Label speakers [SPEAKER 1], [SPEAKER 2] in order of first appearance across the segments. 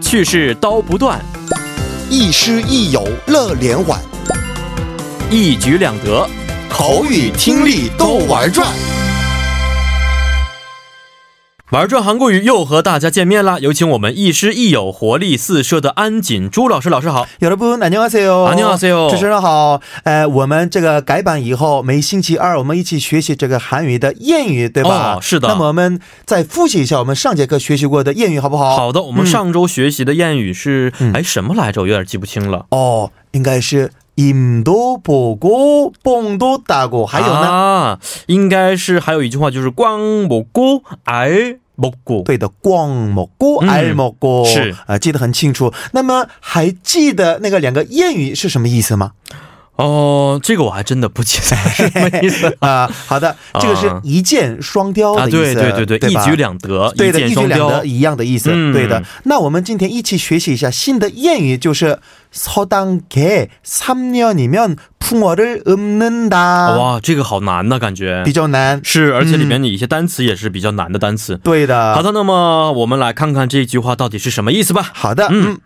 [SPEAKER 1] 去世刀不断，
[SPEAKER 2] 亦师亦友乐连环，
[SPEAKER 1] 一举两得。
[SPEAKER 2] 口语听力都玩转。
[SPEAKER 1] 玩转韩国语又和大家见面啦！有请我们亦师亦友、活力四射的安锦珠老师。老师好，
[SPEAKER 3] 여러분 안녕하세요.
[SPEAKER 1] 안녕하세요.
[SPEAKER 3] 主持人好。呃，我们这个改版以后，每星期二我们一起学习这个韩语的谚语，对吧？
[SPEAKER 1] 哦是的
[SPEAKER 3] 那么我们再复习一下我们上节课学习过的谚语，好不嗯好？。
[SPEAKER 1] 好的，我们上周学习的谚语是、哎什么来着？我有点记不清了。
[SPEAKER 3] 哦，应该是임도보고뽕도따고。还有呢？
[SPEAKER 1] 啊，应该是还有一句话就是“光먹고알먹고”。
[SPEAKER 3] 对的，光먹고
[SPEAKER 1] 嗯
[SPEAKER 3] 알먹고
[SPEAKER 1] 是
[SPEAKER 3] 啊、记得很清楚。那么还记得那个两个谚语是什么意思吗？
[SPEAKER 1] 哦，这个我还真的不记得是什么意 思
[SPEAKER 3] 啊、好的，这个是
[SPEAKER 1] 啊
[SPEAKER 3] 一箭双雕
[SPEAKER 1] 啊？
[SPEAKER 3] 的意思，
[SPEAKER 1] 对对对对，
[SPEAKER 3] 对
[SPEAKER 1] 一
[SPEAKER 3] 吧
[SPEAKER 1] 举两得，
[SPEAKER 3] 对的，
[SPEAKER 1] 箭
[SPEAKER 3] 一举
[SPEAKER 1] 双
[SPEAKER 3] 两
[SPEAKER 1] 雕
[SPEAKER 3] 得。一样的意思、
[SPEAKER 1] 嗯
[SPEAKER 3] 对的。那我们今天一起学习一下新的谚语，就是“서당개삼년이면풍어를읊는다
[SPEAKER 1] 哇，这个好难呐、感”，觉
[SPEAKER 3] 比较嗯难。
[SPEAKER 1] 是，而且里面的一些单词也是比较难的单词。
[SPEAKER 3] 对的。
[SPEAKER 1] 好，的，那么我们来看看这句话到底是什么意思吧。
[SPEAKER 3] 好的，嗯，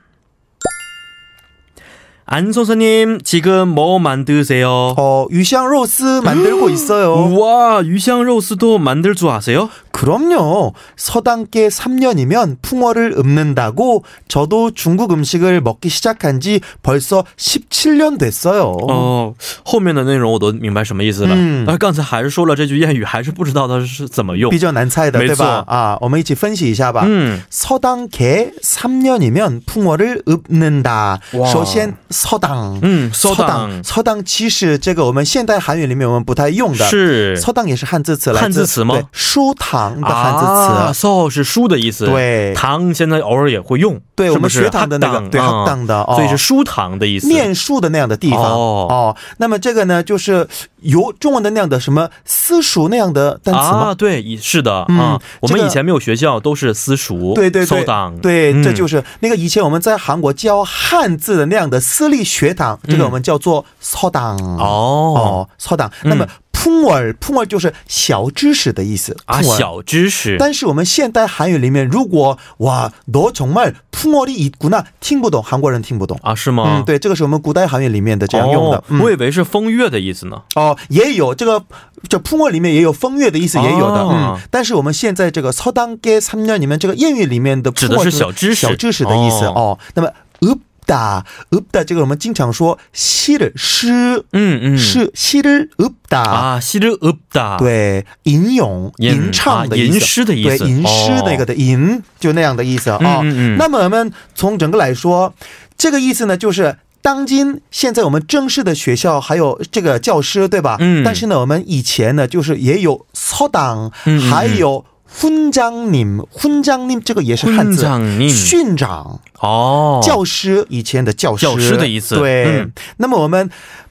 [SPEAKER 1] 안 선생님 지금 뭐 만드세요?
[SPEAKER 3] 어鱼香 로스 만들고 있어요.
[SPEAKER 1] 우와 유샹 로스도 만들 줄 아세요?
[SPEAKER 3] 그럼요. 서당께 3년이면 풍어를 읊는다고 저도 중국 음식을 먹기 시작한 지 벌써 17년 됐어요.
[SPEAKER 1] 哦，后面的内容我都明白什么意思了。
[SPEAKER 3] 嗯
[SPEAKER 1] 但是刚才还是说了这句谚语，还是不知道它是怎么用
[SPEAKER 3] 比。较难猜的，
[SPEAKER 1] 没
[SPEAKER 3] 对
[SPEAKER 1] 错
[SPEAKER 3] 吧？啊，我们一起分析一下吧。
[SPEAKER 1] 嗯
[SPEAKER 3] 서당 개 3년이면 풍어를 읊는다. 首先 서당，
[SPEAKER 1] 嗯，收档
[SPEAKER 3] ，서당， 서당 其实这个我们现代韩语里面我们不太用的。
[SPEAKER 1] 是
[SPEAKER 3] ，서당 也是汉字词来自，
[SPEAKER 1] 汉字词吗
[SPEAKER 3] 对，书堂的汉字词。
[SPEAKER 1] 啊，so 是书的意思，
[SPEAKER 3] 对
[SPEAKER 1] 堂现在偶尔也会用，
[SPEAKER 3] 对
[SPEAKER 1] 是
[SPEAKER 3] 我
[SPEAKER 1] 不
[SPEAKER 3] 们
[SPEAKER 1] 是
[SPEAKER 3] 学堂的那个
[SPEAKER 1] 哈
[SPEAKER 3] 对
[SPEAKER 1] 嗯
[SPEAKER 3] 哈当的哦
[SPEAKER 1] 所以是书堂的意思。
[SPEAKER 3] 念书的那样的地方
[SPEAKER 1] 哦
[SPEAKER 3] 哦那么这个呢，就是有中文的那样的什么私塾那样的单词吗？
[SPEAKER 1] 啊，对，以是的，
[SPEAKER 3] 嗯
[SPEAKER 1] 啊，我们
[SPEAKER 3] 这个
[SPEAKER 1] 以前没有学校，都是私塾，
[SPEAKER 3] 对对
[SPEAKER 1] 收
[SPEAKER 3] 对
[SPEAKER 1] 档，，
[SPEAKER 3] 对，
[SPEAKER 1] 嗯
[SPEAKER 3] 这就是那个以前我们在韩国教汉字的那样的私立学堂，这个我们叫做서당
[SPEAKER 1] 嗯哦嗯
[SPEAKER 3] 哦，서당。那么풍월풍월就是小知识的意思
[SPEAKER 1] 啊，。
[SPEAKER 3] 풍월
[SPEAKER 1] 小知识，
[SPEAKER 3] 但是我们现代韩语里面，如果哇，너정말풍월이있구나，听不懂，韩国人听不懂。
[SPEAKER 1] 啊，是吗？
[SPEAKER 3] 嗯，对，这个是我们古代韩语里面的这样用的。
[SPEAKER 1] 哦
[SPEAKER 3] 嗯
[SPEAKER 1] 我以为是风月的意思呢。
[SPEAKER 3] 哦，也有这个，这풍월里面也有风月的意思，也有的。
[SPEAKER 1] 哦
[SPEAKER 3] 嗯，但是我们现在这个서당계3년이면这个谚语里面的
[SPEAKER 1] 指
[SPEAKER 3] 풍월
[SPEAKER 1] 的是
[SPEAKER 3] 就
[SPEAKER 1] 小知识
[SPEAKER 3] 小知识的意思
[SPEAKER 1] 哦
[SPEAKER 3] 哦那么읍다읍다这个我们经常说시를诗
[SPEAKER 1] 嗯嗯，
[SPEAKER 3] 是시를읍다、
[SPEAKER 1] 啊，西日恶的，，
[SPEAKER 3] 对，吟咏、
[SPEAKER 1] 吟
[SPEAKER 3] 吟唱的
[SPEAKER 1] 啊
[SPEAKER 3] 意思，
[SPEAKER 1] 吟诗的意思
[SPEAKER 3] 对，吟诗那个的吟，就那样的意思啊、
[SPEAKER 1] 嗯嗯嗯
[SPEAKER 3] 那么我们从整个来说，这个意思呢，就是当今现在我们正式的学校还有这个教师，对吧？
[SPEAKER 1] 嗯
[SPEAKER 3] 但是呢，我们以前呢，就是也有서당
[SPEAKER 1] 嗯嗯嗯
[SPEAKER 3] 还有훈장님，훈장님这个也是汉字，
[SPEAKER 1] 훈장님
[SPEAKER 3] 训长。
[SPEAKER 1] 哦，
[SPEAKER 3] 教师以前的教师，
[SPEAKER 1] 教师的意思
[SPEAKER 3] 对，
[SPEAKER 1] 嗯
[SPEAKER 3] 那么我们。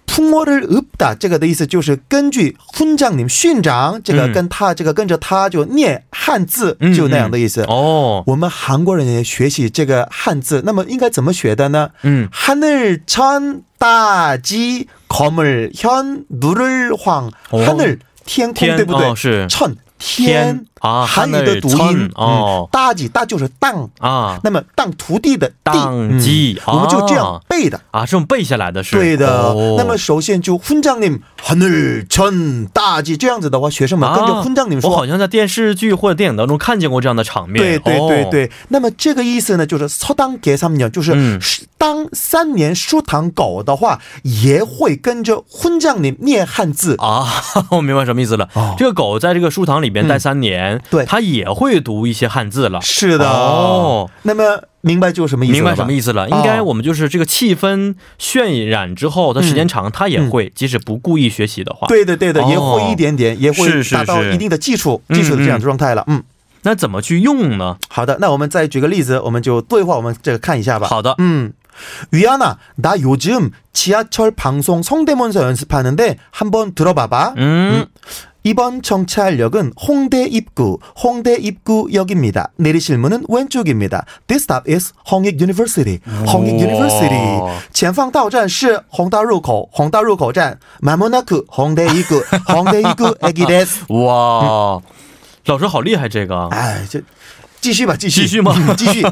[SPEAKER 3] 풍어를읊다这个的意思就是根据훈장님训长这个
[SPEAKER 1] 嗯
[SPEAKER 3] 跟他、这个跟着他就念汉字
[SPEAKER 1] 嗯
[SPEAKER 3] 就那样的意思。
[SPEAKER 1] 哦，
[SPEAKER 3] 我们韩国人也学习这个汉字，那么应该怎么学的呢？
[SPEAKER 1] 嗯，
[SPEAKER 3] 하늘천따지검을현누를황，
[SPEAKER 1] 哦
[SPEAKER 3] 하늘天空
[SPEAKER 1] 天
[SPEAKER 3] 对不
[SPEAKER 1] 哦
[SPEAKER 3] 对？
[SPEAKER 1] 是
[SPEAKER 3] 천
[SPEAKER 1] 天
[SPEAKER 3] 天
[SPEAKER 1] 啊
[SPEAKER 3] 韩语
[SPEAKER 1] 하늘
[SPEAKER 3] 的读
[SPEAKER 1] 천
[SPEAKER 3] 音嗯
[SPEAKER 1] 哦
[SPEAKER 3] 大지大就是当
[SPEAKER 1] 啊
[SPEAKER 3] 那么当徒弟的地
[SPEAKER 1] 当机
[SPEAKER 3] 嗯我们就这样
[SPEAKER 1] 啊
[SPEAKER 3] 背的。
[SPEAKER 1] 啊，这种背下来的是
[SPEAKER 3] 对的，
[SPEAKER 1] 哦
[SPEAKER 3] 那么首先就훈장님하늘천大吉这样子的话，学生们跟着
[SPEAKER 1] 啊
[SPEAKER 3] 훈장님
[SPEAKER 1] 我
[SPEAKER 3] 说。
[SPEAKER 1] 好像在电视剧或者电影当中看见过这样的场面。
[SPEAKER 3] 对对
[SPEAKER 1] 哦
[SPEAKER 3] 对对，那么这个意思呢，就是서당계삼년，就
[SPEAKER 1] 嗯
[SPEAKER 3] 是当三年书堂狗的话，也会跟着훈장님念汉字。
[SPEAKER 1] 啊， 我明白什么意思了。
[SPEAKER 3] 哦嗯
[SPEAKER 1] 这个狗在这个书堂里边待三年，
[SPEAKER 3] 对
[SPEAKER 1] 它也会读一些汉字了。
[SPEAKER 3] 是的，
[SPEAKER 1] 哦，
[SPEAKER 3] 那么明白就是什么意思？
[SPEAKER 1] 明白什么意
[SPEAKER 3] 思？
[SPEAKER 1] 思了？
[SPEAKER 3] 吧哦
[SPEAKER 1] 应该我们就是这个气氛渲染之后，它时间长，它也会，即使不故意学习的话。，
[SPEAKER 3] 嗯对的对的，
[SPEAKER 1] 哦
[SPEAKER 3] 也会一点点，也
[SPEAKER 1] 是
[SPEAKER 3] 会
[SPEAKER 1] 是
[SPEAKER 3] 达到
[SPEAKER 1] 是
[SPEAKER 3] 一定的基础，基础的这样的状态了。嗯，
[SPEAKER 1] 那怎么去用呢？
[SPEAKER 3] 好的，那我们再举个例子，我们就对话，我们这个看一下吧。嗯
[SPEAKER 1] 好的，
[SPEAKER 3] 음. 위안아, 나 요즘 지하철 방송 성대문서 연습하는데 한번 들어봐봐. 음.
[SPEAKER 1] 嗯，
[SPEAKER 3] 이번 정찰역은 홍대 입구, 홍대 입구역입니다. 내리실 문은 왼쪽입니다. This stop is 홍익 University. 홍익 University. 前方到站是 홍다루코, 홍다루코站. 마모나크 홍대 입구, 홍대 입구 에기데스.
[SPEAKER 1] 哇，老师好厉害，这个。
[SPEAKER 3] 哎，这继续吧，继续，
[SPEAKER 1] 继续吗
[SPEAKER 3] 嗯 아, 继续。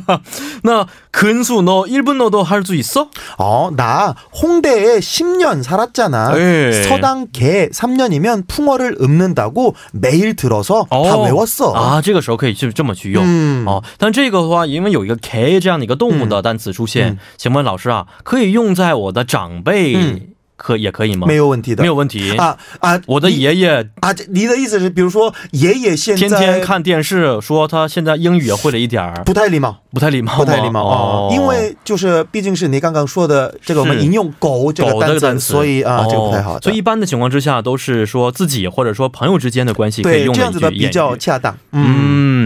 [SPEAKER 1] 나 근수 너 1분너도 할 수 있어?
[SPEAKER 3] 어, 나 홍대에 10년 살았잖아.
[SPEAKER 1] 예.
[SPEAKER 3] 서당 개 3년이면 풍어를 읊는다고 매일 들어서 아, 어, 다 외웠어. 음.
[SPEAKER 1] 啊，这个时候可以去这么去用、
[SPEAKER 3] 哦嗯
[SPEAKER 1] 哦。但这个的话，因为有一个 k 这样的一个动物的单词出现，请问老师啊，可以用在我的长辈、
[SPEAKER 3] 嗯
[SPEAKER 1] 可也可以吗？
[SPEAKER 3] 没有问题的。
[SPEAKER 1] 没有问题。
[SPEAKER 3] 啊啊！
[SPEAKER 1] 我的
[SPEAKER 3] 你
[SPEAKER 1] 爷爷
[SPEAKER 3] 啊，这你的意思是，比如说爷爷现在
[SPEAKER 1] 天天看电视，说他现在英语也会了一点儿，
[SPEAKER 3] 不太礼貌，
[SPEAKER 1] 不太礼貌吗，
[SPEAKER 3] 不太礼貌
[SPEAKER 1] 哦
[SPEAKER 3] 啊、因为就是毕竟是你刚刚说的这个我们
[SPEAKER 1] 是
[SPEAKER 3] 引用“狗”这
[SPEAKER 1] 狗
[SPEAKER 3] 个
[SPEAKER 1] 这个
[SPEAKER 3] 单
[SPEAKER 1] 单
[SPEAKER 3] 词，
[SPEAKER 1] 词，
[SPEAKER 3] 所以啊、
[SPEAKER 1] 哦
[SPEAKER 3] 这个不太好的。
[SPEAKER 1] 所以一般的情况之下，都是说自己或者说朋友之间的关系可以
[SPEAKER 3] 对
[SPEAKER 1] 用
[SPEAKER 3] 这样
[SPEAKER 1] 一
[SPEAKER 3] 子
[SPEAKER 1] 句
[SPEAKER 3] 的比较
[SPEAKER 1] 谚语
[SPEAKER 3] 恰当。嗯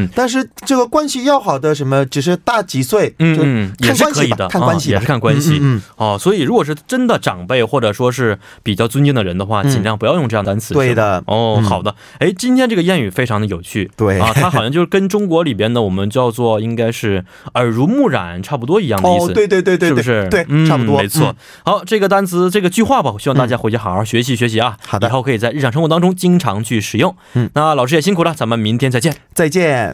[SPEAKER 1] 嗯。
[SPEAKER 3] 但是这个关系要好的什么，只是大几岁，
[SPEAKER 1] 嗯，
[SPEAKER 3] 就
[SPEAKER 1] 也
[SPEAKER 3] 看
[SPEAKER 1] 是
[SPEAKER 3] 关
[SPEAKER 1] 可
[SPEAKER 3] 系
[SPEAKER 1] 以
[SPEAKER 3] 吧，
[SPEAKER 1] 的，
[SPEAKER 3] 看关系吧、
[SPEAKER 1] 啊也是看关系、
[SPEAKER 3] 嗯嗯嗯
[SPEAKER 1] 哦。所以，如果是真的长辈或者说是比较尊敬的人的话，
[SPEAKER 3] 嗯
[SPEAKER 1] 尽量不要用这样的单词。
[SPEAKER 3] 对
[SPEAKER 1] 是吧。
[SPEAKER 3] 的，
[SPEAKER 1] 哦，
[SPEAKER 3] 嗯
[SPEAKER 1] 好的。哎，今天这个谚语非常的有趣。
[SPEAKER 3] 对
[SPEAKER 1] 啊，它好像就是跟中国里边的我们叫做应该是耳濡目染差不多一样的意思。
[SPEAKER 3] 哦，对对对对对，
[SPEAKER 1] 是不是？
[SPEAKER 3] 对，
[SPEAKER 1] 嗯
[SPEAKER 3] 差不多，
[SPEAKER 1] 没错、
[SPEAKER 3] 嗯
[SPEAKER 1] 好，这个单词这个句话吧，我希望大家回去好好学习学习啊。
[SPEAKER 3] 嗯好的
[SPEAKER 1] 以后可以在日常生活当中经常去使用。
[SPEAKER 3] 嗯，
[SPEAKER 1] 那老师也辛苦了，咱们明天再见。
[SPEAKER 3] 再见。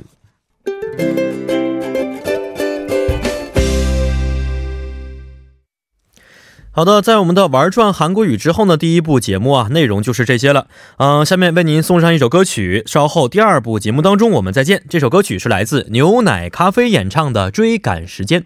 [SPEAKER 1] 好的，在我们的玩转韩国语之后呢，第一部节目啊，内容就是这些了。嗯、下面为您送上一首歌曲，稍后第二部节目当中我们再见。这首歌曲是来自牛奶咖啡演唱的《追赶时间》。